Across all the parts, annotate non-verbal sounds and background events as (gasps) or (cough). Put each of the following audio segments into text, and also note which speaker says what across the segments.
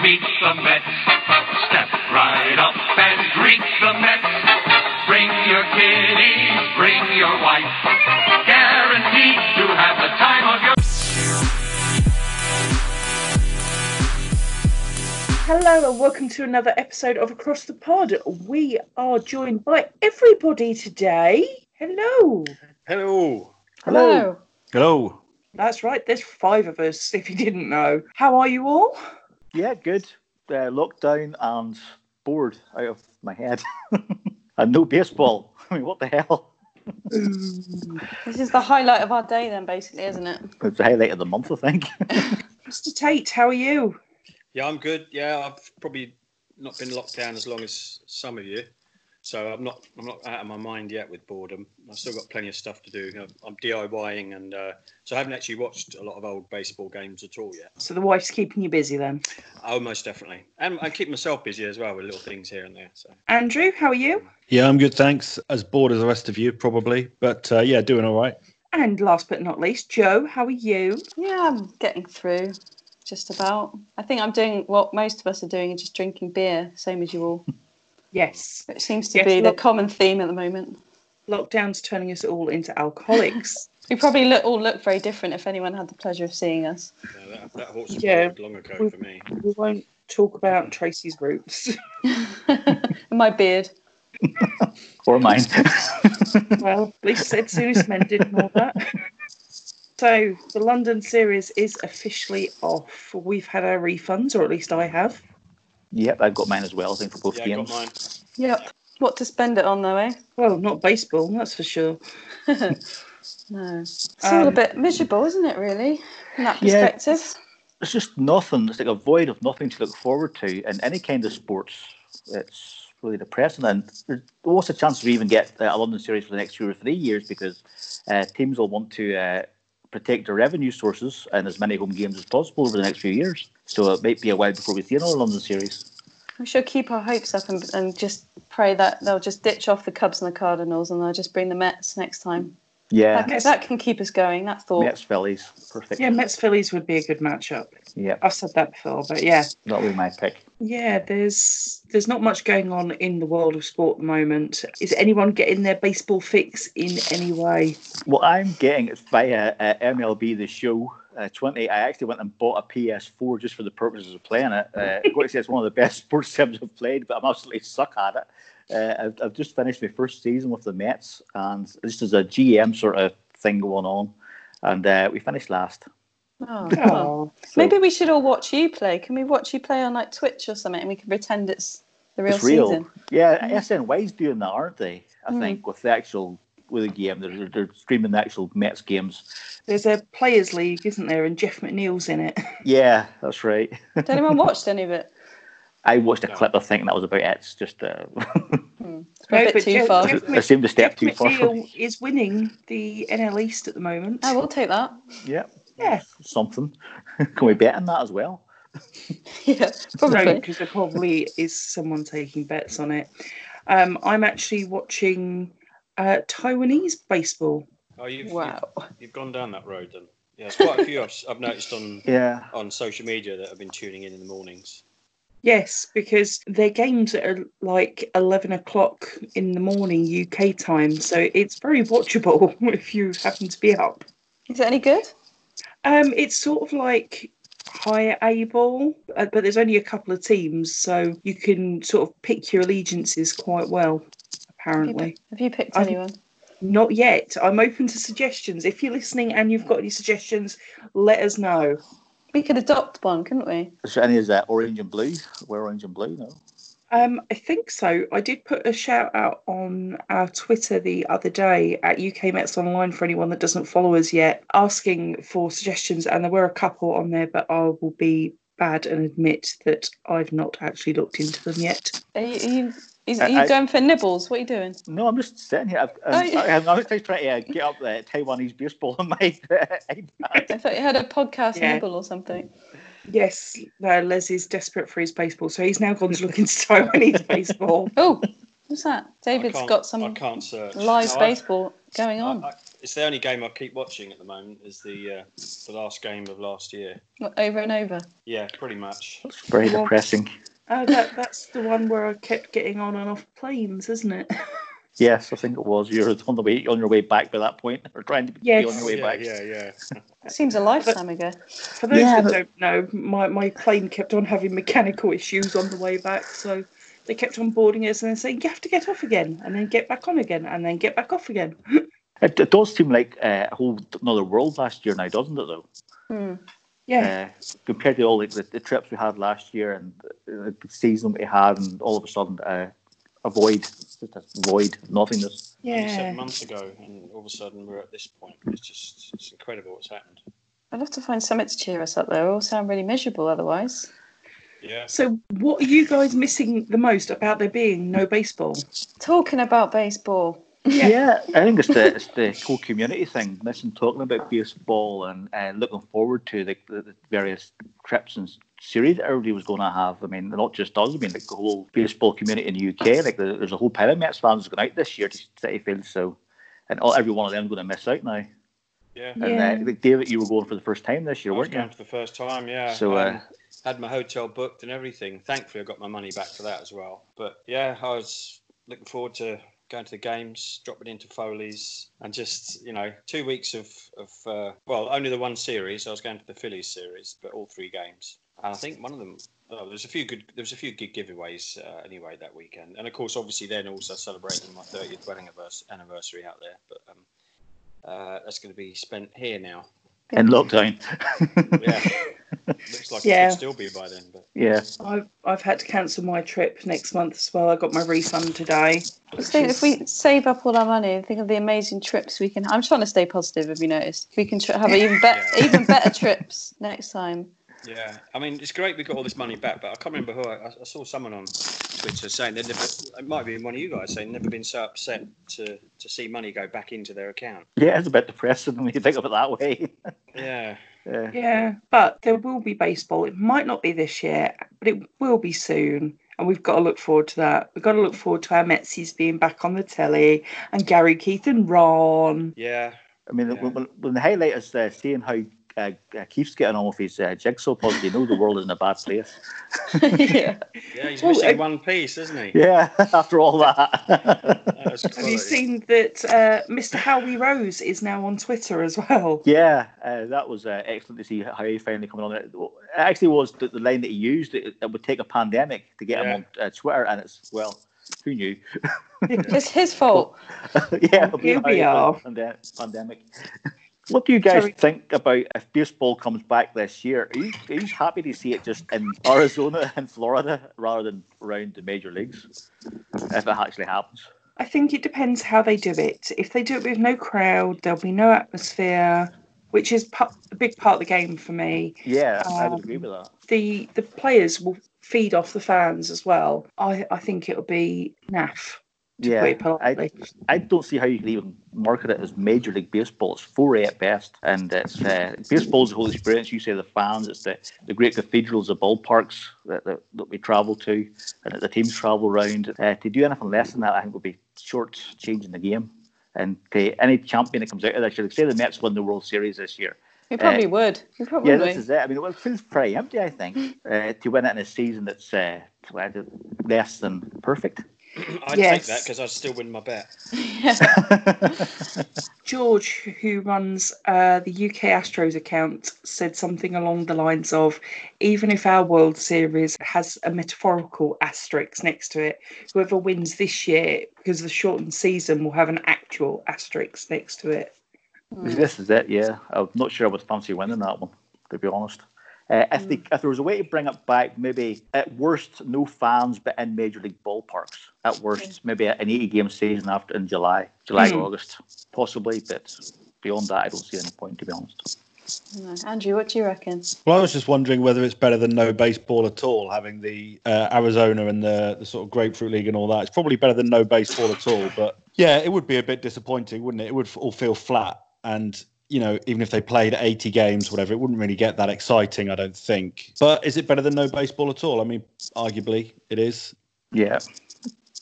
Speaker 1: greet the Mets. Step right up and greet the Mets. Bring your kiddies, bring your wife. Guaranteed to have the time of your
Speaker 2: Hello and welcome to another episode of Across the Pod. We are joined by everybody today. Hello.
Speaker 3: Hello.
Speaker 4: Hello.
Speaker 3: Hello.
Speaker 2: That's right, there's five of us if you didn't know. How are you all?
Speaker 4: Yeah, good. Uh, lockdown and bored out of my head. (laughs) and no baseball. (laughs) I mean, what the hell?
Speaker 5: This is the highlight of our day, then, basically, isn't it?
Speaker 4: It's the highlight of the month, I think. (laughs)
Speaker 2: Mr. Tate, how are you?
Speaker 6: Yeah, I'm good. Yeah, I've probably not been locked down as long as some of you, so I'm not I'm not out of my mind yet with boredom. I've still got plenty of stuff to do. You know, I'm DIYing, and uh, so I haven't actually watched a lot of old baseball games at all yet.
Speaker 2: So the wife's keeping you busy then.
Speaker 6: Oh, most definitely, and I keep myself busy as well with little things here and there. So
Speaker 2: Andrew, how are you?
Speaker 3: Yeah, I'm good, thanks. As bored as the rest of you, probably. But uh, yeah, doing all right.
Speaker 2: And last but not least, Joe, how are you?
Speaker 5: Yeah, I'm getting through just about. I think I'm doing what most of us are doing and just drinking beer, same as you all.
Speaker 2: Yes.
Speaker 5: It seems to
Speaker 2: Yes,
Speaker 5: be the
Speaker 2: look-
Speaker 5: common theme at the moment.
Speaker 2: Lockdown's turning us all into alcoholics. (laughs)
Speaker 5: We probably look, all look very different if anyone had the pleasure of seeing us.
Speaker 6: yeah, that, that horse was
Speaker 2: Yeah.
Speaker 6: bolted long ago
Speaker 2: We-
Speaker 6: for me.
Speaker 2: we won't talk about Tracy's roots.
Speaker 5: And My beard.
Speaker 4: or mine. (laughs)
Speaker 2: Well, at least Ed Sunis men did know that. So the London series is officially off. We've had our refunds, or at least I have.
Speaker 4: yep, I've got mine as well, I think, for both
Speaker 6: Yeah, I got
Speaker 4: games.
Speaker 6: mine.
Speaker 5: Yep. What to spend it on, though, eh?
Speaker 2: Well, not baseball, that's for sure.
Speaker 5: No. It's all a
Speaker 2: Um,
Speaker 5: bit miserable, isn't it, really? From that
Speaker 4: Yeah.
Speaker 5: perspective.
Speaker 4: It's just nothing. It's like a void of nothing to look forward to in any kind of sports. It's really depressing. And there's- what's the chance we even get uh, a London series for the next two or three years because uh, teams will want to uh, protect their revenue sources and as many home games as possible over the next few years. So it might be a while before we see another London series.
Speaker 5: We should keep our hopes up and, and just pray that they'll just ditch off the Cubs and the Cardinals and they'll just bring the Mets next time.
Speaker 4: Yeah,
Speaker 5: That, can- that can keep us going. That thought.
Speaker 4: Mets Phillies, perfect.
Speaker 2: Yeah, Mets Phillies would be a good matchup.
Speaker 4: Yeah,
Speaker 2: I've said that before, but yeah,
Speaker 4: that'll be my pick.
Speaker 2: yeah. There's there's not much going on in the world of sport at the moment. Is anyone getting their baseball fix in any way?
Speaker 4: What I'm getting is via uh, MLB The Show uh, 20. I actually went and bought a PS4 just for the purposes of playing it. Uh, I've got to say it's one of the best (laughs) sports games I've played, but I'm absolutely suck at it. Uh, I've, I've just finished my first season with the Mets, and this is a GM sort of thing going on, and uh, we finished last.
Speaker 5: Oh, well.
Speaker 2: Oh,
Speaker 4: So
Speaker 5: Maybe we should all watch you play. Can we watch you play on like Twitch or something and we can pretend it's the real,
Speaker 4: it's real.
Speaker 5: season?
Speaker 4: Yeah,
Speaker 5: Mm.
Speaker 4: SNY's doing that, aren't they? I
Speaker 5: Mm.
Speaker 4: think with the actual with the game, they're, they're streaming the actual Mets games.
Speaker 2: there's a players' league, isn't there? And Jeff McNeil's in it.
Speaker 4: Yeah, that's right.
Speaker 5: Did
Speaker 4: (laughs)
Speaker 5: anyone watch any of it?
Speaker 4: I watched a
Speaker 6: No.
Speaker 4: clip, I think, and that was about it. It's just uh, (laughs)
Speaker 5: It's been
Speaker 2: No,
Speaker 5: a bit
Speaker 2: but
Speaker 5: too
Speaker 2: Jeff-
Speaker 5: far.
Speaker 2: Jeff-
Speaker 4: I seemed to step
Speaker 2: Jeff
Speaker 4: too far.
Speaker 2: McNeil is winning the NL East at the moment.
Speaker 5: I will Oh, take that.
Speaker 4: (laughs)
Speaker 5: (laughs)
Speaker 4: Yeah,
Speaker 2: Yeah.
Speaker 4: something. (laughs) Can we bet on that as well?
Speaker 5: yeah,
Speaker 2: No, (laughs)
Speaker 5: probably.
Speaker 2: because there probably is someone taking bets on it. Um, I'm actually watching uh, Taiwanese baseball.
Speaker 6: Oh, you've,
Speaker 5: Wow.
Speaker 6: you've you've gone down that road then. Yeah, there's quite a few I've, s- I've noticed on
Speaker 4: Yeah,
Speaker 6: on social media that have been tuning in in the mornings.
Speaker 2: Yes, because their games are like 11 o'clock in the morning UK time, so it's very watchable (laughs) if you happen to be up.
Speaker 5: Is it any good?
Speaker 2: Um, it's sort of like higher A ball, uh, but there's only a couple of teams, so you can sort of pick your allegiances quite well,
Speaker 5: Have you,
Speaker 2: apparently.
Speaker 5: pick- have you picked
Speaker 2: I'm-
Speaker 5: anyone?
Speaker 2: Not yet. I'm open to suggestions. If you're listening and you've got any suggestions, let us know.
Speaker 5: We could adopt one, couldn't we?
Speaker 4: is there any is that orange and blue? We're orange and blue, no?
Speaker 2: Um, I think so. I did put a shout out on our Twitter the other day at UK Mets Online for anyone that doesn't follow us yet, asking for suggestions, and there were a couple on there, but I will be bad and admit that I've not actually looked into them yet.
Speaker 5: Are you, are you, is,
Speaker 4: I-
Speaker 5: are you
Speaker 4: I-
Speaker 5: going for nibbles? What are you doing?
Speaker 4: No, I'm just sitting here. I've,
Speaker 5: Oh,
Speaker 4: I'm,
Speaker 5: yeah.
Speaker 4: I'm, I'm just trying to uh, get up the Taiwanese baseball (laughs) on my iPad.
Speaker 5: I thought you had a podcast
Speaker 2: Yeah.
Speaker 5: nibble or something.
Speaker 2: Yes, no, Les is desperate for his baseball, so he's now gone to look into Taiwanese (laughs) baseball.
Speaker 5: Oh, what's that?
Speaker 6: I
Speaker 5: David's
Speaker 6: can't-
Speaker 5: got
Speaker 6: I
Speaker 5: some
Speaker 6: can't search.
Speaker 5: live
Speaker 6: No, I've-
Speaker 5: baseball going
Speaker 6: I-
Speaker 5: on.
Speaker 6: I- it's the only game I keep watching at the moment. Is the uh, the last game of last year?
Speaker 5: What, over and over.
Speaker 6: Yeah, pretty much.
Speaker 4: It's very
Speaker 2: Yeah.
Speaker 4: depressing.
Speaker 2: Oh, that, that's the one where I kept getting on and off planes, isn't it?
Speaker 4: Yes, I think it was. You're on the way on your way back by that point, or trying to be
Speaker 2: Yes.
Speaker 4: on your way
Speaker 6: yeah,
Speaker 4: back.
Speaker 6: yeah, yeah.
Speaker 5: Seems a lifetime ago.
Speaker 2: For those
Speaker 4: Yeah,
Speaker 2: that
Speaker 4: but-
Speaker 2: don't know, my, my plane kept on having mechanical issues on the way back, so they kept on boarding us and then saying, You have to get off again, and then get back on again, and then get back off again.
Speaker 4: It, it does seem like uh, a whole another world last year now, doesn't it? Though,
Speaker 5: Hmm.
Speaker 2: Yeah,
Speaker 4: uh, compared to all the, the, the trips we had last year and uh, the season we had, and all of a sudden, uh, a void, just a void, nothingness.
Speaker 6: Only Seven
Speaker 2: yeah.
Speaker 6: months ago, and all of a sudden we're at this point. It's just it's incredible what's happened.
Speaker 5: I'd love to find something to cheer us up though. We all sound really miserable otherwise.
Speaker 6: Yeah.
Speaker 2: So, what are you guys missing the most about there being no baseball?
Speaker 5: Talking about baseball.
Speaker 4: Yeah. I think it's the it's the whole community thing. Listen, talking about baseball and uh, looking forward to the, the, the various trips and series that everybody was going to have. I mean, not just us. I mean, like the whole baseball community in the UK. Like the, there's a whole pile of Mets fans going out this year to City Field. So, and all, every one of them going to miss out now.
Speaker 6: Yeah.
Speaker 4: And
Speaker 2: Yeah.
Speaker 4: uh, like David, you were going for the first time this
Speaker 6: I
Speaker 4: year,
Speaker 6: was
Speaker 4: weren't you?
Speaker 6: going for the first time, yeah.
Speaker 4: So, uh,
Speaker 6: um, had my hotel booked and everything. Thankfully, I got my money back for that as well. But yeah, I was looking forward to going to the games, dropping into Foley's, and just you know, two weeks of of uh, well, only the one series. I was going to the Phillies series, but all three games. And I think one of them. Oh, there was a few good. There was a few good giveaways uh, anyway that weekend, and of course, obviously, then also celebrating my 30th wedding annivers- anniversary out there. But um, uh, that's going to be spent here now.
Speaker 4: in lockdown. (laughs)
Speaker 6: Yeah, (laughs) looks like
Speaker 2: Yeah.
Speaker 6: it could still be by then, but
Speaker 4: yeah.
Speaker 2: I've, I've had to cancel my trip next month as well. I got my refund today.
Speaker 5: Just think if we save up all our money and think of the amazing trips we can. I'm trying to stay positive. Have you noticed? We can tr- have even better,
Speaker 6: Yeah.
Speaker 5: even better trips next time. (laughs)
Speaker 6: Yeah, I mean, it's great we got all this money back, but I can't remember who I, I saw someone on Twitter saying they'd never, it might be one of you guys saying never been so upset to, to see money go back into their account.
Speaker 4: Yeah, it's a bit depressing (laughs) when you think of it that way. (laughs)
Speaker 6: Yeah,
Speaker 4: yeah.
Speaker 2: Yeah, but there will be baseball. It might not be this year, but it will be soon. And we've got to look forward to that. We've got to look forward to our Metsies being back on the telly and Gary, Keith, and Ron.
Speaker 6: yeah,
Speaker 4: I mean,
Speaker 6: Yeah.
Speaker 4: when, when- when the highlight is uh, seeing how uh, uh, Keith's getting on with his uh, jigsaw puzzle, you know the world isn't a bad place.
Speaker 6: (laughs)
Speaker 4: (laughs)
Speaker 5: yeah.
Speaker 6: yeah. He's
Speaker 2: Oh,
Speaker 6: missing
Speaker 2: uh,
Speaker 6: one piece, isn't he?
Speaker 4: Yeah, (laughs) after all that. (laughs)
Speaker 6: That was
Speaker 2: Have you
Speaker 6: quality.
Speaker 2: seen that uh, Mr. Howie Rose is now on Twitter as well?
Speaker 4: yeah, uh, that was uh, excellent to see how he finally coming on. It actually was the, the line that he used. It, it would take a pandemic to get
Speaker 6: Yeah.
Speaker 4: him on uh, Twitter, and it's well, who knew?
Speaker 5: It's his fault.
Speaker 4: (laughs) yeah, it'll be
Speaker 2: Here we
Speaker 4: a
Speaker 2: are.
Speaker 4: pande- pandemic. (laughs) What do you guys
Speaker 2: Sorry.
Speaker 4: think about if baseball comes back this year? Are you, are you happy to see it just in Arizona (laughs) and Florida rather than around the major leagues? If it actually happens,
Speaker 2: I think it depends how they do it. If they do it with no crowd, there'll be no atmosphere, which is pu- a big part of the game for me.
Speaker 4: yeah, I would
Speaker 2: Um,
Speaker 4: agree with that.
Speaker 2: the the players will feed off the fans as well. I, I think it'll be naff. To
Speaker 4: Yeah,
Speaker 2: put it politely.
Speaker 4: I don't see how you can even market it as Major League Baseball. It's four A at best, and it's uh, baseball's the whole experience. You say the fans, it's the, the great cathedrals, the ballparks that, that, that we travel to, and that the teams travel round. Uh, to do anything less than that, I think would be short changing the game. And to any champion that comes out of this year, like say the Mets win the World Series this year,
Speaker 5: We probably would. We probably
Speaker 4: yeah,
Speaker 5: would.
Speaker 4: this is it. I mean, it feels pretty empty, I
Speaker 5: (laughs)
Speaker 4: think, uh, to win it in a season that's uh, less than perfect.
Speaker 6: I'd
Speaker 2: Yes.
Speaker 6: take that because I'd still win my bet.
Speaker 5: yeah.
Speaker 2: George, who runs uh, the UK Astros account, said something along the lines of, "Even if our World Series has a metaphorical asterisk next to it, whoever wins this year, because of the shortened season, will have an actual asterisk next to it."
Speaker 4: This is it, yeah. I'm not sure I would fancy winning that one, to be honest. Uh, if, they, if there was a way to bring it back, maybe at worst, no fans, but in major league ballparks. At worst, maybe an 80 game season after in July, July,
Speaker 2: Mm.
Speaker 4: August, possibly. But beyond that, I don't see any point, to be honest.
Speaker 5: No. Andrew, what do you reckon?
Speaker 3: Well, I was just wondering whether it's better than no baseball at all, having the uh, Arizona and the, the sort of Grapefruit League and all that. It's probably better than no baseball at all. But yeah, it would be a bit disappointing, wouldn't it? It would f- all feel flat. And, you know, even if they played 80 games, whatever, it wouldn't really get that exciting, I don't think. But is it better than no baseball at all? I mean, arguably it is.
Speaker 4: Yeah.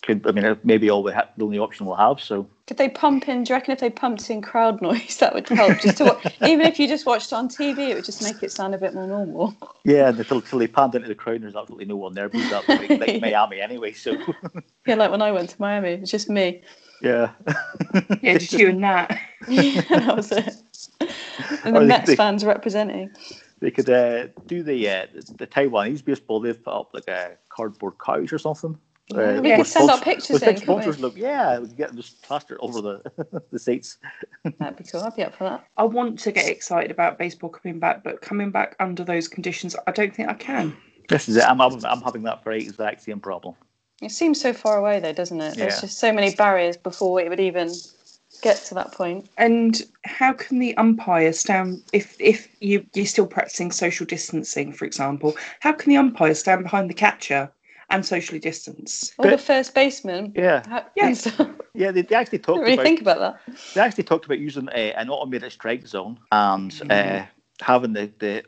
Speaker 4: could. I mean, maybe all we ha- the only option we'll have. So
Speaker 5: Could they pump in? Do you reckon if they pumped in crowd (laughs) noise, that would help? Just to wa- even if you just watched it on TV, it would just make it sound a bit more normal. (laughs)
Speaker 4: yeah, and until, until they panned into the crowd, there's absolutely no one there. But that like, like Miami anyway. So
Speaker 5: Yeah, like when I went to Miami, it was just me.
Speaker 4: (laughs) yeah,
Speaker 2: Yeah, just you and that.
Speaker 5: (laughs) Yeah, that was it. And
Speaker 4: Or
Speaker 5: the
Speaker 4: they-
Speaker 5: Mets
Speaker 4: they-
Speaker 5: fans representing.
Speaker 4: they could uh, do the, uh, the the Taiwanese baseball. They've put up like a cardboard couch or something. Uh,
Speaker 5: we
Speaker 2: could
Speaker 4: with
Speaker 5: send
Speaker 4: spons-
Speaker 5: our pictures
Speaker 4: with
Speaker 5: in,
Speaker 4: big
Speaker 5: couldn't we?
Speaker 4: sponsors look, yeah, we could get them just plastered over the (laughs) the seats.
Speaker 5: That'd be cool. I'd be up for that.
Speaker 2: I want to get excited about baseball coming back, but coming back under those conditions, I don't think I can.
Speaker 4: This is it. I'm, I'm, I'm having that very exact same problem.
Speaker 5: It seems so far away, though, doesn't it?
Speaker 4: Yeah.
Speaker 5: There's just so many barriers before it would even get to that point.
Speaker 2: And how can the umpire stand if if you you're still practicing social distancing, for example? How can the umpire stand behind the catcher and socially distance?
Speaker 5: Or the
Speaker 4: But-
Speaker 5: first baseman.
Speaker 4: Yeah,
Speaker 5: How,
Speaker 2: Yes.
Speaker 5: (laughs) I didn't
Speaker 4: yeah. They, they actually talked
Speaker 5: really
Speaker 4: about
Speaker 5: think about that.
Speaker 4: they actually talked about using a, an automated strike zone and
Speaker 5: Mm.
Speaker 4: uh, having the, the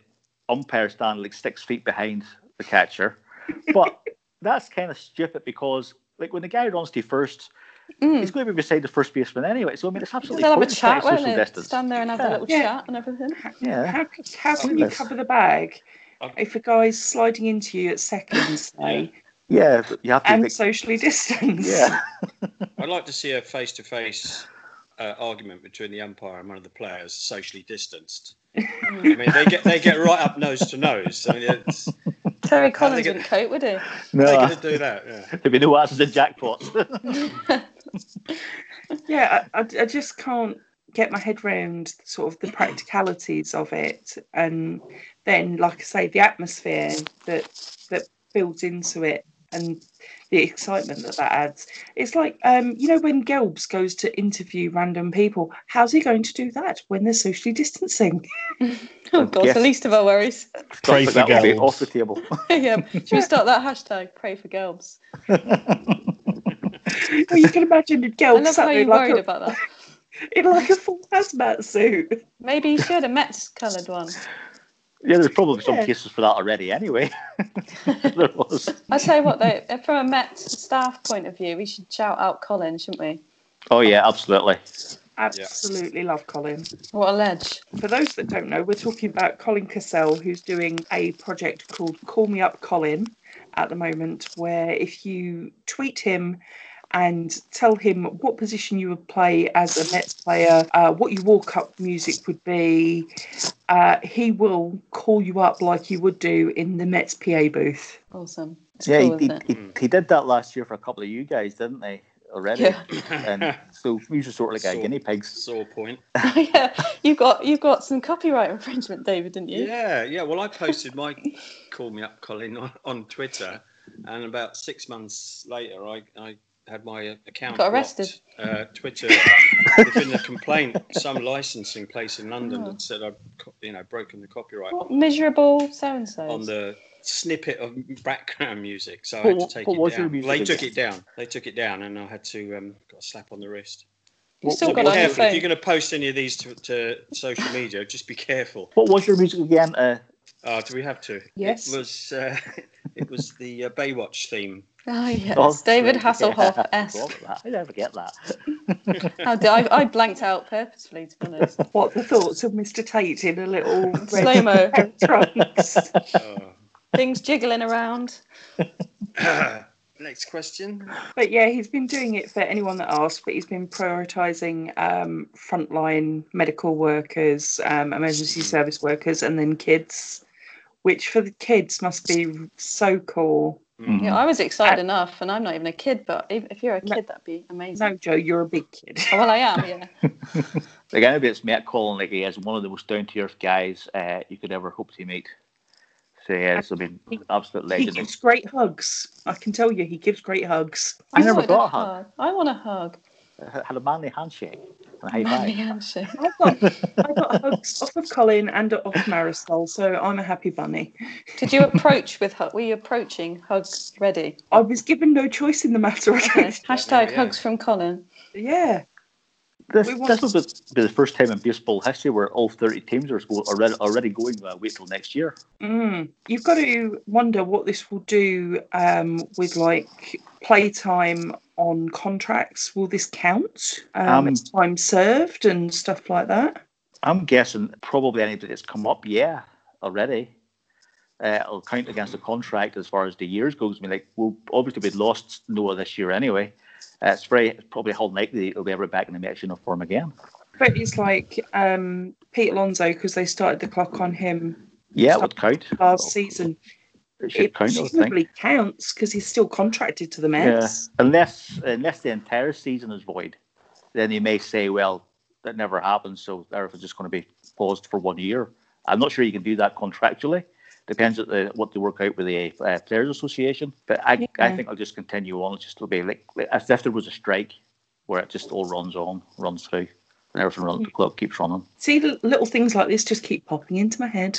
Speaker 4: umpire stand like six feet behind the catcher.
Speaker 5: (laughs)
Speaker 4: But that's kind of stupid because, like, when the guy runs to first, he's
Speaker 5: Mm.
Speaker 4: going to be beside the first baseman anyway. So, I mean, it's absolutely
Speaker 5: They'll have a
Speaker 4: pointless to
Speaker 5: chat,
Speaker 4: social
Speaker 5: won't they?
Speaker 4: distance.
Speaker 5: Stand there and have
Speaker 4: Yeah.
Speaker 5: a little
Speaker 2: Yeah.
Speaker 5: chat
Speaker 4: (laughs)
Speaker 5: and everything.
Speaker 4: Yeah.
Speaker 2: How, c- how can you
Speaker 4: Pointless.
Speaker 2: cover the bag
Speaker 6: I-
Speaker 2: if a guy's sliding into you at seconds, say,
Speaker 4: Yeah. but You have to
Speaker 2: and
Speaker 4: think-
Speaker 2: socially (laughs) distance?
Speaker 4: Yeah.
Speaker 6: I'd like to see a face-to-face uh, argument between the umpire and one of the players, socially
Speaker 2: (laughs)
Speaker 6: distanced. I mean, they get they get right up nose to nose. I mean, it's, How
Speaker 5: Terry
Speaker 6: they
Speaker 5: Collins
Speaker 6: get-
Speaker 5: wouldn't cope, would he?
Speaker 4: (laughs)
Speaker 5: (laughs)
Speaker 4: (laughs) No,
Speaker 6: they're
Speaker 4: uh,
Speaker 6: going to do that. Yeah.
Speaker 4: there'd be no answers in jackpots. (laughs)
Speaker 2: yeah I, I, I just can't get my head round sort of the practicalities of it and then like i say the atmosphere that that builds into it and the excitement that that adds it's like um you know when gelbs goes to interview random people how's he going to do that when they're socially distancing (laughs)
Speaker 5: Oh, God,
Speaker 4: Yes.
Speaker 5: the least of our worries. (laughs)
Speaker 3: Pray
Speaker 4: Stuff
Speaker 3: for
Speaker 4: like that would be
Speaker 3: Gelbs.
Speaker 4: off the table.
Speaker 5: yeah. Should we start that hashtag? Pray for Gelbs.
Speaker 2: well you can imagine a
Speaker 4: Oh,
Speaker 5: I
Speaker 2: gelb
Speaker 5: love
Speaker 2: sat
Speaker 5: how
Speaker 2: there
Speaker 5: you
Speaker 2: like
Speaker 5: worried
Speaker 2: a,
Speaker 5: about that.
Speaker 2: in like a full hazmat suit
Speaker 5: Maybe you should a Mets coloured one.
Speaker 4: Yeah, there's probably some
Speaker 2: Yeah.
Speaker 4: cases for that already anyway. (laughs) there was.
Speaker 5: I tell you what, though, if from a Mets staff point of view, we should shout out Colin, shouldn't we?
Speaker 4: Oh, yeah, absolutely.
Speaker 2: absolutely love colin
Speaker 5: What a ledge!
Speaker 2: For those that don't know, we're talking about Colin Cassell, who's doing a project called Call Me Up Colin at the moment, where if you tweet him and tell him what position you would play as a Mets player, uh, what your walk up music would be, uh, he will call you up like you would do in the Mets PA booth.
Speaker 5: Awesome. It's
Speaker 4: yeah,
Speaker 5: cool,
Speaker 4: he,
Speaker 5: isn't it?
Speaker 4: he, he, he did that last year for a couple of you guys, didn't he? Already.
Speaker 5: Yeah.
Speaker 4: (coughs) And so we were sort of like our
Speaker 6: Sure.
Speaker 4: guinea pigs.
Speaker 6: Sore point.
Speaker 5: (laughs) yeah. You got you got some copyright infringement, David, didn't you?
Speaker 6: Yeah, yeah. Well, I posted my "Call Me Up, Colin" on, on Twitter, and about six months later, I, I had my account
Speaker 5: Got
Speaker 6: blocked.
Speaker 5: arrested.
Speaker 6: Uh, Twitter, there'd been a complaint. Some licensing place in London
Speaker 5: Oh.
Speaker 6: that said I'd, co- you know, broken the copyright
Speaker 5: What miserable so and
Speaker 6: on
Speaker 5: so.
Speaker 6: the snippet of background music, so I
Speaker 4: What-
Speaker 6: had to
Speaker 4: what-
Speaker 6: take
Speaker 4: what
Speaker 6: it
Speaker 4: was
Speaker 6: down.
Speaker 4: your music
Speaker 6: they took
Speaker 4: again?
Speaker 6: it down. They took it down, and I had to um, got a slap on the wrist.
Speaker 5: You
Speaker 4: What-
Speaker 5: still
Speaker 6: So
Speaker 4: what
Speaker 6: be
Speaker 5: got
Speaker 4: was
Speaker 5: it on your
Speaker 6: careful if
Speaker 5: phone.
Speaker 6: you're going to post any of these to, to social media. Just be careful.
Speaker 4: What was your music again? Uh,
Speaker 6: Oh, do we have to?
Speaker 2: Yes.
Speaker 6: It was uh, (laughs) it was the uh, Baywatch theme.
Speaker 2: (laughs)
Speaker 5: Oh yes,
Speaker 4: oh,
Speaker 5: David
Speaker 4: yeah,
Speaker 5: Hasselhoff.
Speaker 4: I
Speaker 5: S.
Speaker 4: forgot about that. I never get that.
Speaker 5: How did I? I blanked out purposefully, to be
Speaker 4: (laughs)
Speaker 5: honest.
Speaker 2: What the thoughts of Mr. Tate in a little
Speaker 5: Slow
Speaker 2: red
Speaker 5: mo,
Speaker 2: trunks?
Speaker 6: Oh.
Speaker 5: things jiggling around.
Speaker 6: Ah. (coughs) Next question.
Speaker 2: But yeah, he's been doing it for anyone that asks, but he's been prioritising um, frontline medical workers, um, emergency service workers, and then kids, which for the kids must be so cool.
Speaker 6: Hmm,
Speaker 4: Mhm.
Speaker 5: Yeah, I was excited
Speaker 2: Uh,
Speaker 5: enough, and I'm not even a kid, but if, if you're a
Speaker 2: No.
Speaker 5: kid, that'd be amazing.
Speaker 2: No, Joe, you're a big kid. (laughs)
Speaker 5: Oh, well, I am. Yeah.
Speaker 4: Like, anybody that's met Colin, like, he is one of the most down to earth guys uh, you could ever hope to meet. So, yeah, it's been absolute
Speaker 2: He
Speaker 4: legend.
Speaker 2: gives great hugs. I can tell you, he gives great hugs.
Speaker 4: I never
Speaker 5: wanted
Speaker 4: got a hug.
Speaker 5: I want a hug.
Speaker 4: Had a manly handshake and a high
Speaker 5: Manly
Speaker 4: five.
Speaker 5: handshake.
Speaker 2: I got, I got hugs off of Colin and off Marisol, so I'm a happy bunny.
Speaker 5: Did you approach with hug? Were you approaching hugs
Speaker 4: (laughs)
Speaker 5: ready?
Speaker 2: I was given no choice in the matter. I
Speaker 5: (laughs) Okay.
Speaker 2: don't-
Speaker 5: Hashtag
Speaker 6: yeah.
Speaker 5: hugs from Colin.
Speaker 2: yeah.
Speaker 4: This,
Speaker 2: We
Speaker 4: this will be the first time in baseball history where all 30 teams are go- already, already going uh, wait till next year.
Speaker 2: Mm. You've got to wonder what this will do um, with like playtime on contracts. Will this count? Um,
Speaker 4: Um,
Speaker 2: as time served and stuff like that.
Speaker 4: I'm guessing probably anybody that's come up, yeah, already. Uh, it'll count against the contract as far as the years goes. I mean, like, we'll obviously be lost Noah this year anyway. Uh, it's very it's probably how likely it'll be ever back in the match uniform again.
Speaker 2: But it's like um, Pete Alonso because they started the clock on him
Speaker 4: Yeah, it would count.
Speaker 2: last season.
Speaker 4: It should
Speaker 2: It
Speaker 4: count, I would think.
Speaker 2: presumably counts because he's still contracted to the
Speaker 4: Yeah,
Speaker 2: Mets.
Speaker 4: unless unless the entire season is void, then you may say, well, that never happened, so everything's just going to be paused for one year. I'm not sure you can do that contractually. Depends at the, what they work out with the uh, Players Association. But I, I
Speaker 5: Yeah.
Speaker 4: think I'll just continue on. It's just it'll be like, like as if there was a strike where it just all runs on, runs through, and everything runs, the clock keeps running.
Speaker 2: See, l- little things like this just keep popping into my head.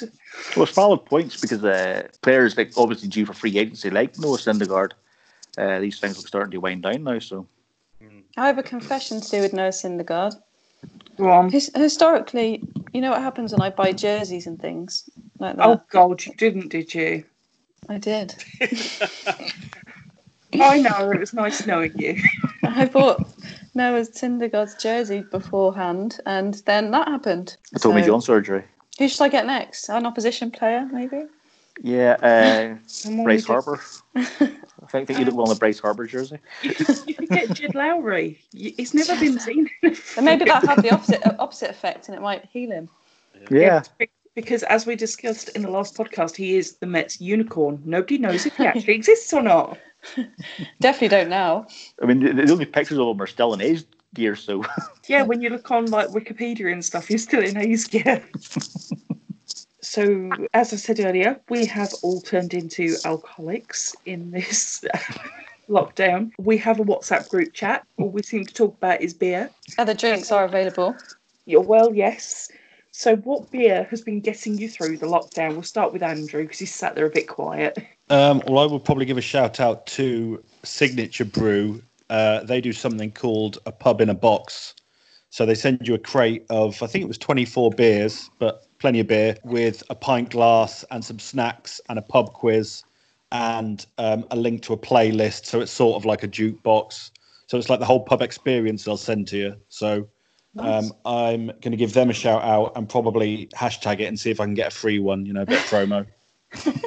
Speaker 4: Well, it's valid points because uh, players like obviously due for free agency, like Noah Syndergaard, uh, these things are starting to wind down now. So
Speaker 5: I have a confession to do with Noah Syndergaard.
Speaker 2: Go on.
Speaker 5: His, historically, you know what happens when I buy jerseys and things like that?
Speaker 2: Oh God, you didn't, did you?
Speaker 5: I did. (laughs)
Speaker 2: I know. It was nice knowing you.
Speaker 5: I bought Noah Syndergaard's jersey beforehand, and then that happened.
Speaker 4: I told me
Speaker 5: So-
Speaker 4: John surgery.
Speaker 5: Who should I get next? An opposition player, maybe?
Speaker 4: Yeah, uh,
Speaker 2: Someone
Speaker 4: Bryce
Speaker 2: we just-
Speaker 4: Harper. I think that you look well in a Bryce Harper jersey.
Speaker 2: You could, you could get Jed Lowry. You- He's never been seen. in a
Speaker 5: Then maybe
Speaker 2: film.
Speaker 5: that'll have the opposite (laughs) opposite effect, and it might heal him.
Speaker 4: Yeah,
Speaker 2: Because as we discussed in the last podcast, he is the Mets unicorn. Nobody knows if he actually exists or not.
Speaker 5: Definitely don't now.
Speaker 4: I mean the, the only pictures of him are still in his gear, so (laughs)
Speaker 2: Yeah, when you look on like Wikipedia and stuff, he's still in his gear. So, as I said earlier, we have all turned into alcoholics in this (laughs) lockdown. We have a WhatsApp group chat. All we seem to talk about is beer.
Speaker 5: Other drinks are available.
Speaker 2: Yeah, well, yes. So, what beer has been getting you through the lockdown? We'll start with Andrew because he's sat there a bit quiet.
Speaker 3: Um, well, I would probably give a shout out to Signature Brew. Uh, they do something called a pub in a box. So they send you a crate of, I think it was 24 beers, but plenty of beer, with a pint glass and some snacks and a pub quiz and um, a link to a playlist. So it's sort of like a jukebox. So it's like the whole pub experience they'll send to you. So um, I'm going to give them a shout out and probably hashtag it and see if I can get a free one, you know, a bit of promo.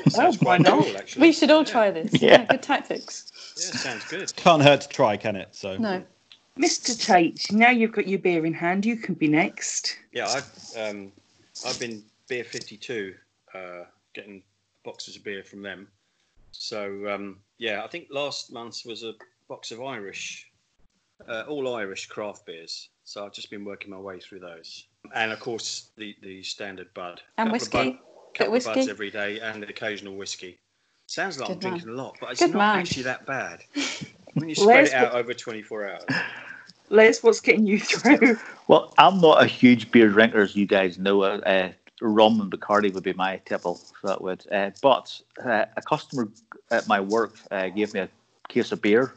Speaker 6: Sounds
Speaker 2: Oh, why
Speaker 6: quite
Speaker 2: not?
Speaker 6: cool, actually.
Speaker 5: We should all
Speaker 6: Yeah.
Speaker 5: try this.
Speaker 4: (laughs) Yeah.
Speaker 5: good tactics.
Speaker 6: Yeah, sounds good.
Speaker 3: Can't hurt to try, can it? So
Speaker 5: No.
Speaker 2: Mr. Tate, now you've got your beer in hand, you can be next.
Speaker 6: Yeah, I've um, I've been beer fifty two, uh, getting boxes of beer from them. So um, yeah, I think last month was a box of Irish, uh, all Irish craft beers. So I've just been working my way through those, and of course the the standard Bud Couple
Speaker 5: And
Speaker 6: of
Speaker 5: whiskey?
Speaker 6: Bud- couple of
Speaker 5: whiskey?
Speaker 6: Buds every day, and the occasional whiskey. Sounds like
Speaker 5: Good
Speaker 6: I'm
Speaker 5: man.
Speaker 6: drinking a lot, but it's
Speaker 5: Good
Speaker 6: not
Speaker 5: man.
Speaker 6: actually that
Speaker 5: (laughs)
Speaker 6: bad. When you spread
Speaker 2: Where's
Speaker 6: it out over twenty four hours,
Speaker 2: Les, what's getting you through? (laughs)
Speaker 4: well, I'm not a huge beer drinker, as you guys know. Uh, uh, rum and Bacardi would be my tipple. So that would. Uh, but uh, a customer at my work uh, gave me a case of beer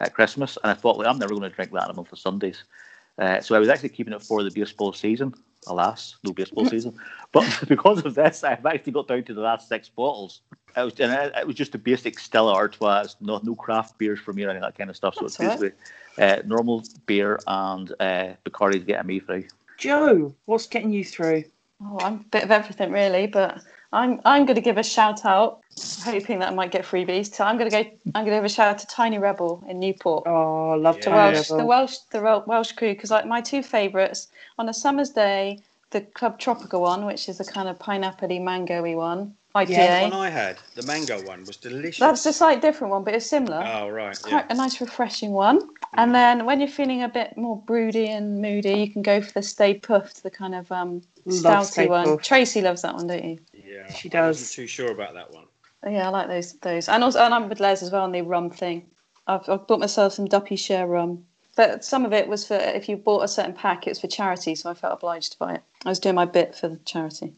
Speaker 4: at Christmas, and I thought, well, I'm never going to drink that on a month of Sundays. Uh, so I was actually keeping it for the baseball season. Alas, no
Speaker 5: Mm.
Speaker 4: baseball season. But (laughs) because of this, I've actually got down to the last six bottles. It was, and it it was just a basic Stella Artois, it's not no craft beers from here, any of that kind of stuff. So it's
Speaker 5: That's all
Speaker 4: basically uh, normal beer and uh, Bacardi's getting me through.
Speaker 2: Joe, what's getting you through?
Speaker 5: Oh, I'm a bit of everything really, but I'm I'm going to give a shout out, hoping that I might get freebies. So I'm going to go. I'm going to give a shout out to Tiny Rebel in Newport.
Speaker 2: Oh, I love
Speaker 6: Yeah.
Speaker 5: the
Speaker 2: to Welsh.
Speaker 5: Welsh, the Welsh, the Wel- Welsh crew, because like my two favourites on a summer's day, the Club Tropica one, which is the kind of pineapple-y, mango-y one, IPA.
Speaker 2: Yeah,
Speaker 6: the one I had, the mango one, was delicious.
Speaker 5: That's a slight different one, but it's similar.
Speaker 6: oh right,
Speaker 5: It's
Speaker 6: yeah.
Speaker 5: quite a nice, refreshing one. And then when you're feeling a bit more broody and moody, you can go for the Stay Puffed, the kind of um,
Speaker 2: Love
Speaker 5: stouty
Speaker 2: Stay
Speaker 5: one.
Speaker 2: Puft.
Speaker 5: Tracy loves that one, don't you?
Speaker 6: Yeah,
Speaker 2: She
Speaker 6: I
Speaker 2: does.
Speaker 6: wasn't too sure about that one.
Speaker 5: Yeah, I like those. Those, and also, and I'm with Les as well on the rum thing. I've, I've bought myself some Duppy Share rum, but some of it was for if you bought a certain pack, it was for charity, so I felt obliged to buy it. I was doing my bit for the charity.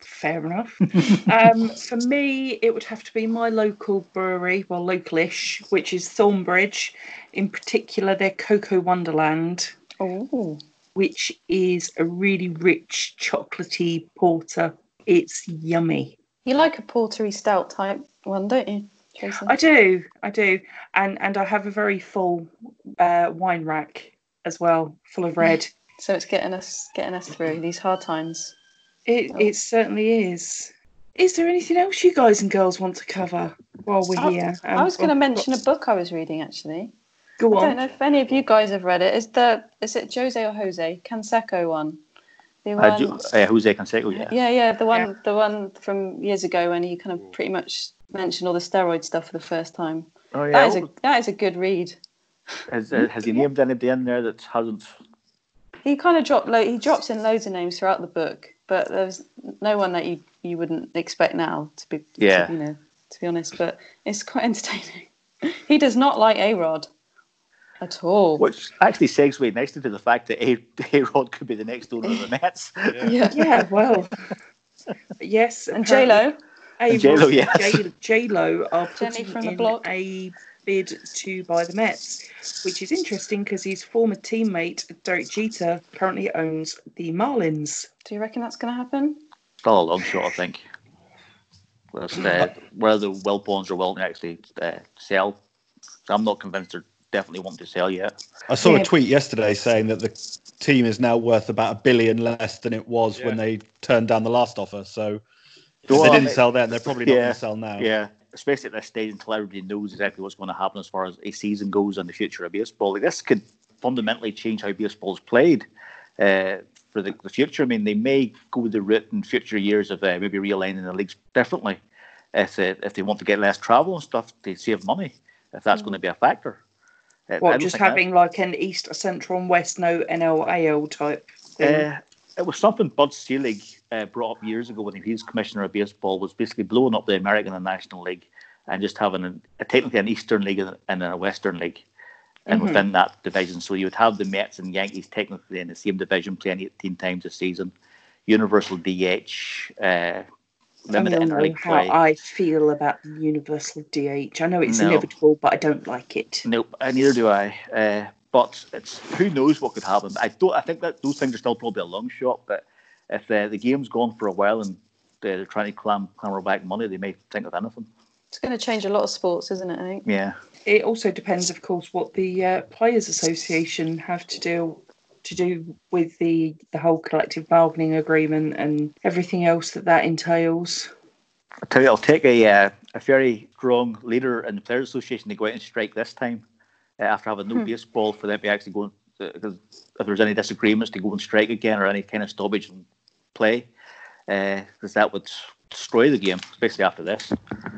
Speaker 2: Fair enough. um, for me, it would have to be my local brewery, well, localish, which is Thornbridge, in particular their Cocoa Wonderland.
Speaker 5: Oh,
Speaker 2: which is a really rich chocolatey porter. It's yummy.
Speaker 5: you like a portery stout type one, don't you, Jason?
Speaker 2: I do, I do, and and I have a very full uh, wine rack as well, full of
Speaker 5: (laughs)
Speaker 2: red.
Speaker 5: so it's getting us getting us through these hard times.
Speaker 2: It
Speaker 5: Oh.
Speaker 2: it certainly is. Is there anything else you guys and girls want to cover while we're
Speaker 5: I-
Speaker 2: here?
Speaker 4: Um,
Speaker 5: I was going to
Speaker 2: to
Speaker 5: mention a book I was reading actually.
Speaker 2: Go
Speaker 5: I don't
Speaker 2: on.
Speaker 5: know if any of you guys have read it. Is the is it Jose or Jose Canseco one? The
Speaker 4: I do, uh, Jose Canseco, yeah.
Speaker 5: yeah, yeah, the one, the one from years ago when he kind of pretty much mentioned all the steroid stuff for the first time.
Speaker 4: Oh, yeah.
Speaker 5: That is a that is a good read.
Speaker 4: has, uh, has he named anybody in there that hasn't?
Speaker 5: He kind of dropped lo- he drops in loads of names throughout the book, but there's no one that you you wouldn't expect now to be to-
Speaker 4: Yeah.
Speaker 5: you know to be honest. But it's quite (laughs) entertaining. he does not like A Rod at all.
Speaker 4: Which actually segues nicely to the fact that A A Rod could be the next owner of the Mets.
Speaker 6: Yeah.
Speaker 5: Yeah.
Speaker 2: Yeah,
Speaker 5: (laughs)
Speaker 2: well, yes,
Speaker 5: And J Lo,
Speaker 2: J
Speaker 4: And J-Lo, yes.
Speaker 2: J Lo are
Speaker 5: Jenny
Speaker 2: putting
Speaker 5: from the
Speaker 2: in
Speaker 5: block.
Speaker 2: a bid to buy the Mets, which is interesting because his former teammate Derek Jeter currently owns the Marlins.
Speaker 5: do you reckon that's going to happen?
Speaker 4: Still a long shot, I think. Whereas, uh, whether Will Bonds or Wilton actually uh, sell, I'm not convinced they're definitely wanting to sell yet.
Speaker 3: I saw
Speaker 2: Yeah.
Speaker 3: a tweet yesterday saying that the team is now worth about a billion less than it was when
Speaker 6: Yeah.
Speaker 3: they turned down the last offer. So if
Speaker 4: Well,
Speaker 3: they didn't
Speaker 4: it-
Speaker 3: sell then, they're probably not
Speaker 4: Yeah.
Speaker 3: going to sell now.
Speaker 4: Yeah, especially at this stage until everybody knows exactly what's going to happen as far as a season goes and the future of baseball. Like this could fundamentally change how baseball is played uh, for the, the future. I mean, they may go the route in future years of uh, maybe realigning the leagues differently if uh, if they want to get less travel and stuff to save money. If that's going to be a factor. Uh, I
Speaker 2: Hmm. What,
Speaker 4: don't
Speaker 2: just
Speaker 4: think that-
Speaker 2: having like an East, Central, and West, no NL, AL type thing?
Speaker 4: Uh, it was something Bud Selig uh, brought up years ago when he was commissioner of baseball, was basically blowing up the American and National League and just having an, a, technically an Eastern League and and a Western League. And
Speaker 2: Mhm.
Speaker 4: within that division, so you would have the Mets and Yankees technically in the same division playing 18 times a season, universal DH,
Speaker 2: I
Speaker 4: uh, limited
Speaker 2: don't know
Speaker 4: interleague
Speaker 2: how
Speaker 4: play.
Speaker 2: I feel about the universal DH. I know it's
Speaker 4: No.
Speaker 2: inevitable, but I don't like it.
Speaker 4: Nope, uh, neither do I. Uh, but it's who knows what could happen. I don't. I think that those things are still probably a long shot. But if uh, the game's gone for a while and they're trying to clam clamber back money, they may think of anything.
Speaker 5: It's going to change a lot of sports, isn't it? I think.
Speaker 4: Yeah,
Speaker 2: It also depends, of course, what the uh, players' association have to do to do with the the whole collective bargaining agreement and everything else that that entails.
Speaker 4: I tell you, I'll take a uh, a very strong leader in the players' association to go out and strike this time uh, after having no baseball for them to actually go. and- Because if there's any disagreements, to go and strike again or any kind of stoppage and play, because that would destroy the game, especially after this.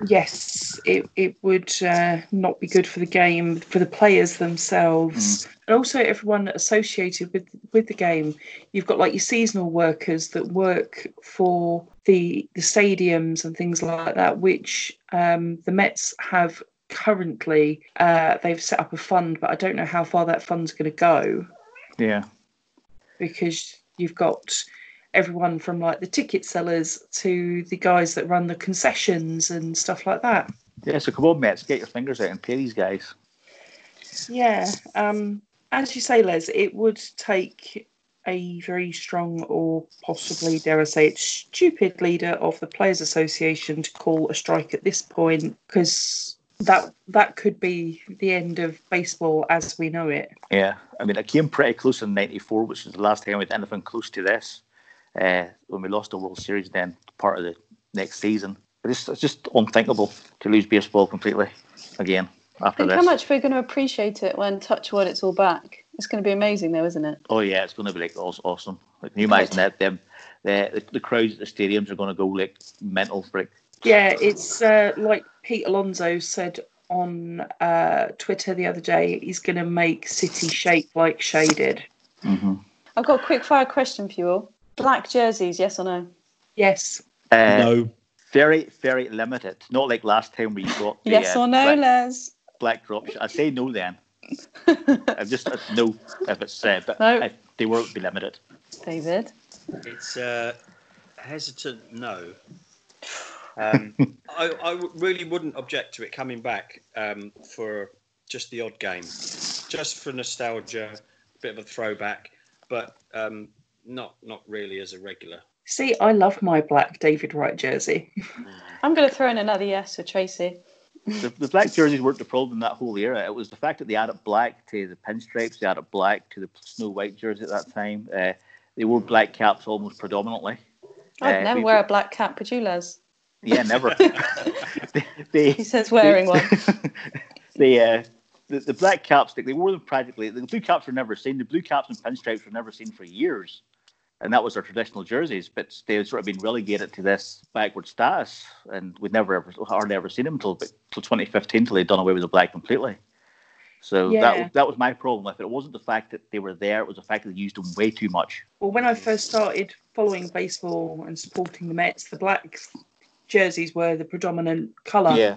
Speaker 2: Yes, it it would uh, not be good for the game, for the players themselves, and also everyone associated with with the game. You've got like your seasonal workers that work for the the stadiums and things like that, which um, the Mets have currently. Uh, they've set up a fund, but I don't know how far that fund's going to go
Speaker 4: Yeah.
Speaker 2: because you've got everyone from like the ticket sellers to the guys that run the concessions and stuff like that.
Speaker 4: Yeah, so come on, Mets, get your fingers out and pay these guys.
Speaker 2: Yeah. Um, as you say, Les, it would take a very strong or possibly, dare I say, it, stupid leader of the Players Association to call a strike at this point because that that could be the end of baseball as we know it.
Speaker 4: Yeah, I mean, it came pretty close in '94, which was the last time we had anything close to this. Uh, when we lost the World Series, then part of the next season, But it's, it's just unthinkable to lose baseball completely again
Speaker 5: I
Speaker 4: after
Speaker 5: think
Speaker 4: this.
Speaker 5: how much we're going to appreciate it when touch wood, it's all back. It's going to be amazing, though, isn't it?
Speaker 4: Oh yeah, it's going to be like aw- awesome. Like, can you imagine that? Them, the, the the crowds at the stadiums are going to go like mental. for, Like,
Speaker 2: Yeah, it's uh, like Pete Alonso said on uh, Twitter the other day. He's going to make City shake like Shay did.
Speaker 5: I've got a quick fire question for you all. Black jerseys, yes or no?
Speaker 2: Yes.
Speaker 4: uh,
Speaker 3: No,
Speaker 4: very very limited. Not like last time we got the,
Speaker 5: yes
Speaker 4: uh,
Speaker 5: or no,
Speaker 4: black-
Speaker 5: Les?
Speaker 4: black drop. I say no then. I'm just uh, no if it's uh, but
Speaker 5: No.
Speaker 4: if they were it would be limited.
Speaker 5: David.
Speaker 6: It's uh, hesitant no. Um, I, I w- really wouldn't object to it coming back um, for just the odd game, just for nostalgia, bit of a throwback, but um, not not really as a regular.
Speaker 2: See, I love my black David Wright jersey.
Speaker 5: I'm going to throw in another yes for Tracy.
Speaker 4: the, the black jerseys weren't the problem in that whole era. It was the fact that they added black to the pinstripes, they added black to the Snow White jersey at that time. Uh, they wore black caps almost predominantly.
Speaker 5: I'd
Speaker 4: Uh,
Speaker 5: never
Speaker 4: we-
Speaker 5: wear a black cap, would you, Les?
Speaker 4: Yeah, never. they, they-
Speaker 5: He says
Speaker 4: (laughs)
Speaker 5: wearing one.
Speaker 4: they, uh, the, the black caps, they, they wore them practically. The blue caps were never seen. The blue caps and pinstripes were never seen for years. And that was their traditional jerseys, but they had sort of been relegated to this backward status. And we'd never, ever, hardly ever seen them until, but, till 2015, till they'd done away with the black completely. So
Speaker 2: Yeah.
Speaker 4: that, that was my problem with it. It wasn't the fact that they were there, it was the fact that they used them way too much.
Speaker 2: Well, when I first started following baseball and supporting the Mets, the black jerseys were the predominant colour.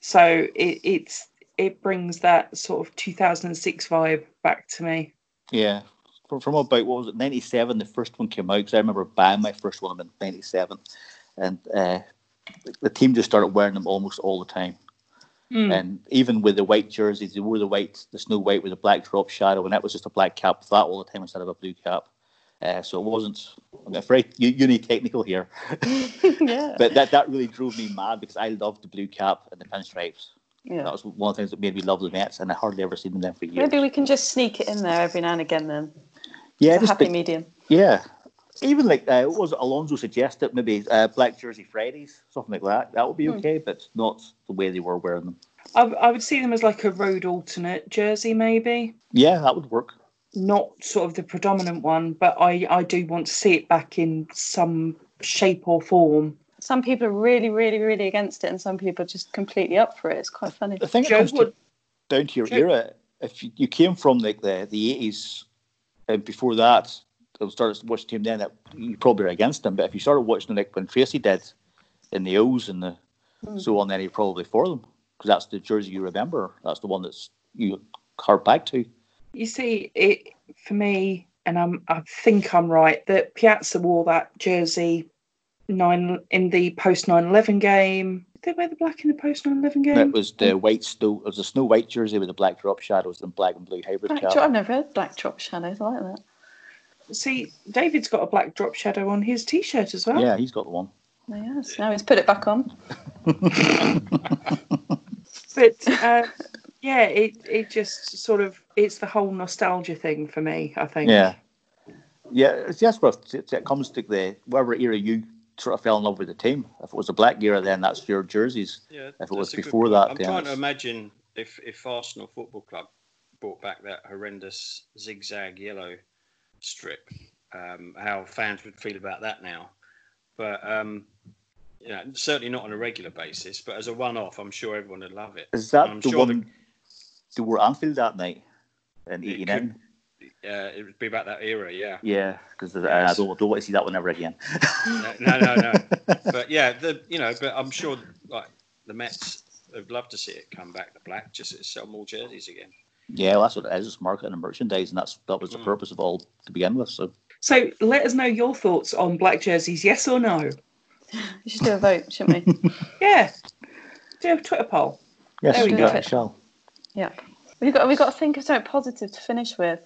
Speaker 2: So it, it's it brings that sort of 2006 vibe back to me.
Speaker 4: Yeah. From, from about, what was it, 97, the first one came out, because I remember buying my first one in 97. And uh, the, the team just started wearing them almost all the time.
Speaker 2: Mm.
Speaker 4: And even with the white jerseys, they wore the white, the snow white with a black drop shadow, and that was just a black cap for that all the time instead of a blue cap. Uh, so it wasn't, I'm afraid, u- uni technical here.
Speaker 5: yeah.
Speaker 4: But that, that really drove me mad because I loved the blue cap and the pinstripes. That
Speaker 5: yeah.
Speaker 4: was one of the things that made me love the Mets, and I hardly ever seen them then for years.
Speaker 5: Maybe we can just sneak it in there every now and again then.
Speaker 4: yeah,
Speaker 5: It's a
Speaker 4: just
Speaker 5: happy
Speaker 4: the-
Speaker 5: medium.
Speaker 4: Yeah. Even like uh, what was it Alonso suggested maybe uh, Black Jersey Fridays, something like that. That would be
Speaker 5: Hmm.
Speaker 4: okay, but not the way they were wearing them.
Speaker 2: I, I would see them as like a road alternate jersey, maybe
Speaker 4: Yeah, that would work.
Speaker 2: not sort of the predominant one, but I I do want to see it back in some shape or form.
Speaker 5: Some people are really, really, really against it, and some people are just completely up for it. It's quite funny.
Speaker 4: I think it
Speaker 2: Joe
Speaker 4: comes to-
Speaker 2: would-
Speaker 4: down to your
Speaker 2: Joe-
Speaker 4: era. If you, you came from like the the eighties and before that, and started watching team then, that you probably were against them. But if you started watching them like when Tracy did in the O's and the
Speaker 5: Hmm.
Speaker 4: so on, then you're probably for them because that's the jersey you remember. That's the one that's you hark back to.
Speaker 2: You see, it for me, and I'm, I think I'm right that Piazza wore that jersey nine in the post 9/11 game. Did they wear the black in the post 9/11 game?
Speaker 4: That was the white snow. It was a snow white jersey with the black drop shadows and black and blue hybrid
Speaker 5: Black
Speaker 4: cap.
Speaker 5: drop, I've never heard black drop shadows I like that.
Speaker 2: See, David's got a black drop shadow on his t-shirt as well.
Speaker 4: Yeah, he's got the one.
Speaker 5: Yes, now he's put it back on.
Speaker 2: But uh, (laughs) yeah, it it just sort of it's the whole nostalgia thing for me. I think.
Speaker 4: Yeah, yeah. it's- That's what it it comes to the whatever era you sort of fell in love with the team. If it was the black era, then that's your jerseys.
Speaker 6: Yeah,
Speaker 4: If it was
Speaker 6: that's a good
Speaker 4: before
Speaker 6: point.
Speaker 4: that,
Speaker 6: I'm
Speaker 4: then
Speaker 6: trying to
Speaker 4: it's-
Speaker 6: imagine if if Arsenal Football Club brought back that horrendous zigzag yellow strip, um, how fans would feel about that now. But um, you know, certainly not on a regular basis, but as a one-off, I'm sure everyone would love it.
Speaker 4: Is that
Speaker 6: I'm
Speaker 4: the
Speaker 6: sure
Speaker 4: one they wore at Anfield that night in
Speaker 6: It
Speaker 4: '89?
Speaker 6: Uh, it would be about that era, yeah.
Speaker 4: Yeah, because I
Speaker 6: Yes.
Speaker 4: don't, don't want to see that one ever again.
Speaker 6: No, no, no, no. but yeah, the you know, but I'm sure like the Mets would love to see it come back to black, just sell more jerseys again.
Speaker 4: Yeah, well, that's what it is. It's marketing and merchandise, and that's that was the
Speaker 6: Mm.
Speaker 4: purpose of all to begin with. So
Speaker 2: So let us know your thoughts on black jerseys, yes or no?
Speaker 5: We should do a vote, shouldn't
Speaker 4: (laughs)
Speaker 5: we?
Speaker 2: Yeah. Do a Twitter poll.
Speaker 4: yes,
Speaker 5: There
Speaker 4: we
Speaker 5: we
Speaker 4: do
Speaker 5: go.
Speaker 4: it, shall.
Speaker 5: yeah. We've got, we've got to think of something positive to finish with.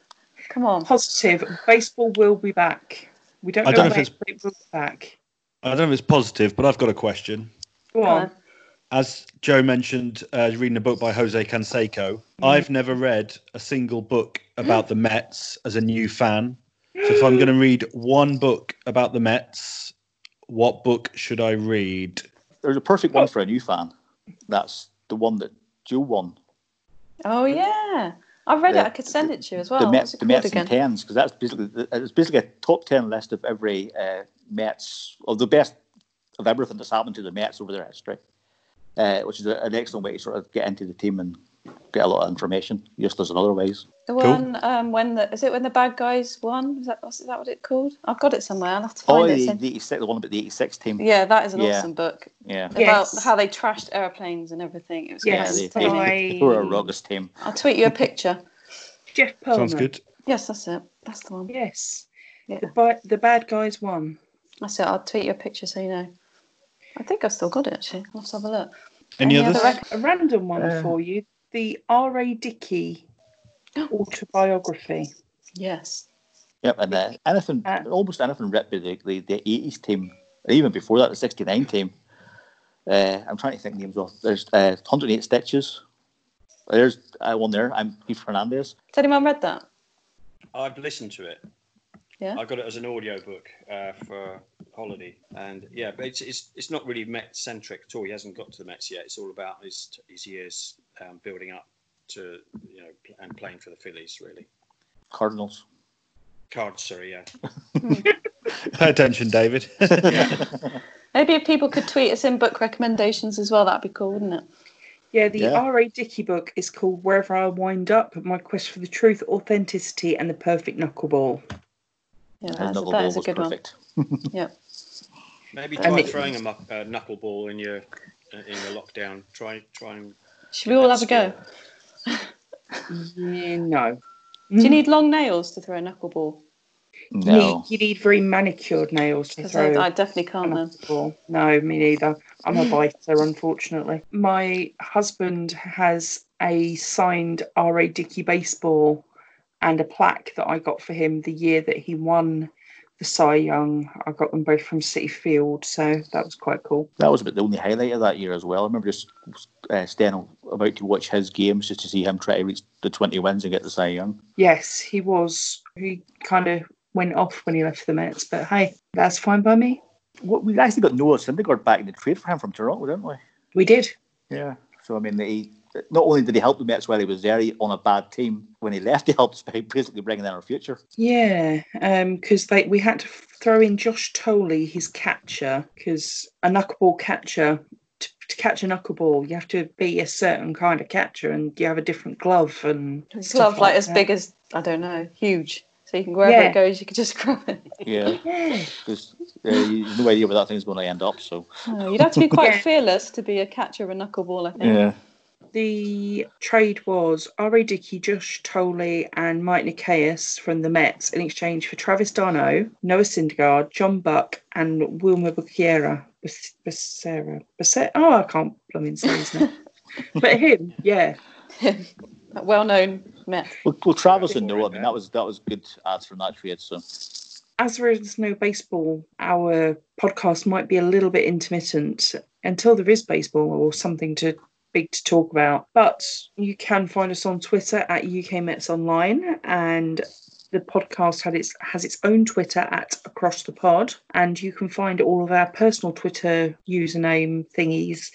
Speaker 5: Come on.
Speaker 2: Positive. Baseball will be back. We don't know,
Speaker 3: I don't know
Speaker 2: when,
Speaker 3: if
Speaker 2: but it will be back.
Speaker 3: I don't know if it's positive, but I've got a question.
Speaker 2: Go
Speaker 5: Come
Speaker 2: on.
Speaker 5: on.
Speaker 3: As Joe mentioned, uh, reading a book by Jose Canseco,
Speaker 4: Mm-hmm.
Speaker 3: I've never read a single book about the Mets as a new fan. So if I'm going to read one book about the Mets, what book should I read?
Speaker 4: There's a perfect one for a new fan. That's the one that Joe won.
Speaker 5: Oh, yeah. I've read it.
Speaker 4: The-
Speaker 5: I could send it to you as well.
Speaker 4: the Mets,
Speaker 5: What's it
Speaker 4: the
Speaker 5: called
Speaker 4: Mets
Speaker 5: again?
Speaker 4: and tens, because that's basically it's basically a top ten list of every uh, Mets of the best of everything that's happened to the Mets over their history, uh, which is a, an excellent way to sort of get into the team and get a lot of information, useless in other ways.
Speaker 5: The
Speaker 3: Cool.
Speaker 5: one um, when the is it when the bad guys won? Is that is that what it called? I've got it somewhere. I'll have to find
Speaker 4: Oh,
Speaker 5: it.
Speaker 4: the,
Speaker 5: soon.
Speaker 4: the 86, the one about the eighty-six team. Yeah,
Speaker 5: Yeah, that is an
Speaker 4: Yeah.
Speaker 5: awesome book
Speaker 4: yeah.
Speaker 2: Yes.
Speaker 5: about how they trashed airplanes and everything. It was
Speaker 2: Yes.
Speaker 5: great.
Speaker 4: they,
Speaker 2: Can
Speaker 4: they- they were a
Speaker 2: I-
Speaker 4: rugged team.
Speaker 5: I'll tweet you a picture.
Speaker 2: Jeff Perlman.
Speaker 3: Sounds good.
Speaker 5: yes, that's it. That's the one.
Speaker 2: Yes.
Speaker 5: Yeah.
Speaker 2: The, bi- the bad guys won.
Speaker 5: That's it. I'll tweet you a picture so you know. I think I've still got it actually. I'll have to have a look.
Speaker 3: Any, others?
Speaker 5: other rec-
Speaker 2: A random one
Speaker 4: Uh,
Speaker 5: (gasps)
Speaker 2: for you. The R.A. Dickey Autobiography.
Speaker 5: Yes.
Speaker 4: Yep, and uh, anything,
Speaker 2: Uh,
Speaker 4: almost anything ripped by the, the, the 80s team, or even before that, the 69 team. Uh, I'm trying to think names off. There's uh, 108 Stitches. There's uh, one there. I'm Keith Fernandez.
Speaker 5: Has anyone read that?
Speaker 6: I've listened to it.
Speaker 5: Yeah.
Speaker 6: I got it as an audiobook uh, for holiday, and yeah, but it's it's, it's not really Met centric at all. He hasn't got to the Mets yet. It's all about his his years um, building up to you know pl- and playing for the Phillies really.
Speaker 4: Cardinals.
Speaker 6: Cards, sorry, yeah.
Speaker 3: Pay
Speaker 4: (laughs)
Speaker 3: attention, David. (laughs)
Speaker 5: Maybe if people could tweet us in book recommendations as well, that'd be cool, wouldn't it?
Speaker 2: Yeah, the
Speaker 4: Yeah.
Speaker 2: R.A. Dickey book is called Wherever I Wind Up My Quest for the Truth, Authenticity, and the Perfect Knuckleball.
Speaker 5: Yeah,
Speaker 4: His
Speaker 5: that's a,
Speaker 4: knuckleball
Speaker 5: that is a
Speaker 4: was
Speaker 5: good one.
Speaker 4: perfect.
Speaker 5: Yeah.
Speaker 6: Maybe
Speaker 2: I
Speaker 6: try
Speaker 2: mean-
Speaker 6: throwing a mu- uh, knuckleball in your uh, in your lockdown. Try try and
Speaker 5: Should we all have a go?
Speaker 2: Yeah, no.
Speaker 5: Do you need long nails to throw a knuckleball?
Speaker 2: You
Speaker 4: No.
Speaker 2: need- Mm. you need very manicured nails to
Speaker 5: Because
Speaker 2: throw.
Speaker 5: I, I definitely can't then.
Speaker 2: Well, No, me neither. I'm a biter, unfortunately. My husband has a signed R.A. Dickey baseball and a plaque that I got for him the year that he won the Cy Young. I got them both from City Field, so that was quite cool.
Speaker 4: That was about the only highlight of that year as well. I remember just uh, staying about to watch his games just to see him try to reach the 20 wins and get the Cy Young.
Speaker 2: Yes, he was. He kind of went off when he left the Mets, but hey, that's fine by me.
Speaker 4: What, we actually got Noah Syndergaard back in the trade for him from Toronto, didn't we?
Speaker 2: We did.
Speaker 4: Yeah. So I mean, he not only did he help the Mets while he was there he, on a bad team, when he left, he helped us (laughs) by basically bringing in our future.
Speaker 2: Yeah, because they we had to throw in Josh Tolley, his catcher, because a knuckleball catcher to, to catch a knuckleball, you have to be a certain kind of catcher, and you have a different glove and stuff
Speaker 5: Glove like as
Speaker 2: that.
Speaker 5: big as I don't know, huge. So you can wherever
Speaker 2: Yeah.
Speaker 5: it goes, you can just (laughs) grab it.
Speaker 4: Yeah,
Speaker 2: Yeah,
Speaker 4: because uh, you have no idea where that thing's going to end up. So
Speaker 5: Oh, you'd have to be quite
Speaker 2: Yeah.
Speaker 5: fearless to be a catcher of a knuckleball, I think.
Speaker 2: the trade was R.A. Dickey, Josh Tolley, and Mike Nicaeus from the Mets in exchange for Travis Darno, Noah Syndergaard, John Buck, and Wilmer Becerra. Bes- Becerra. Becerra. Oh, I can't blooming say his
Speaker 5: (laughs)
Speaker 2: name. But him, yeah.
Speaker 5: That well-known Met.
Speaker 4: Well, well Travis and Noah. I mean, that was that was good ads from that trade. So
Speaker 2: as there is no baseball, our podcast might be a little bit intermittent until there is baseball or something to big to talk about. But you can find us on Twitter at UK Mets Online and the podcast had its has its own Twitter at Across the Pod, and you can find all of our personal Twitter username thingies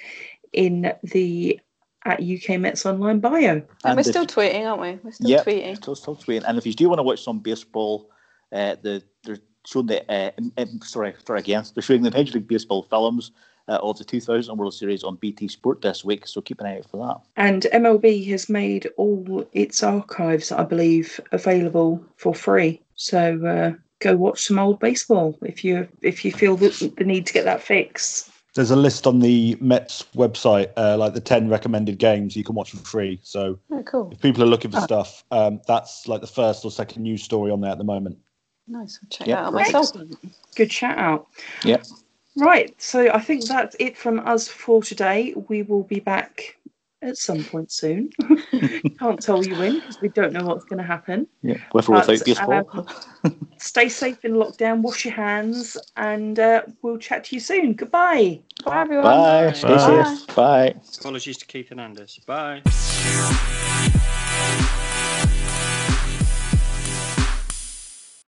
Speaker 2: in the at UK Mets Online bio.
Speaker 5: And, we're
Speaker 4: if-
Speaker 5: still tweeting, aren't we? We're still
Speaker 4: Yep.
Speaker 5: tweeting.
Speaker 4: still, still tweeting. And if you do want to watch some baseball, uh, the they're showing the uh, um, um, sorry, sorry again, they're showing the Major League Baseball films. Uh, of the 2000 World Series on BT Sport this week, so keep an eye out for that.
Speaker 2: And MLB has made all its archives, I believe, available for free. So uh, go watch some old baseball if you if you feel the, the need to get that fix.
Speaker 3: There's a list on the Mets website, uh, like the 10 recommended games you can watch for free. So
Speaker 5: Oh, cool.
Speaker 3: if people are looking for
Speaker 2: Oh.
Speaker 3: stuff, um, that's like the first or second news story on there at the moment.
Speaker 5: Nice. I'll check
Speaker 4: Yep,
Speaker 5: that out
Speaker 4: perfect.
Speaker 5: myself.
Speaker 2: Good shout out.
Speaker 4: Yep.
Speaker 2: Right. So I think that's it from us for today. We will be back at some point soon. Can't tell you when because we don't know what's going to happen.
Speaker 4: Yeah, with or without
Speaker 2: That's,
Speaker 4: baseball.
Speaker 2: um, Stay safe in lockdown. Wash your hands, and uh, we'll chat to you soon. Goodbye.
Speaker 5: Bye, everyone.
Speaker 4: Bye. Stay
Speaker 3: Bye.
Speaker 4: safe. Bye.
Speaker 6: Apologies to Keith Hernandez. Bye.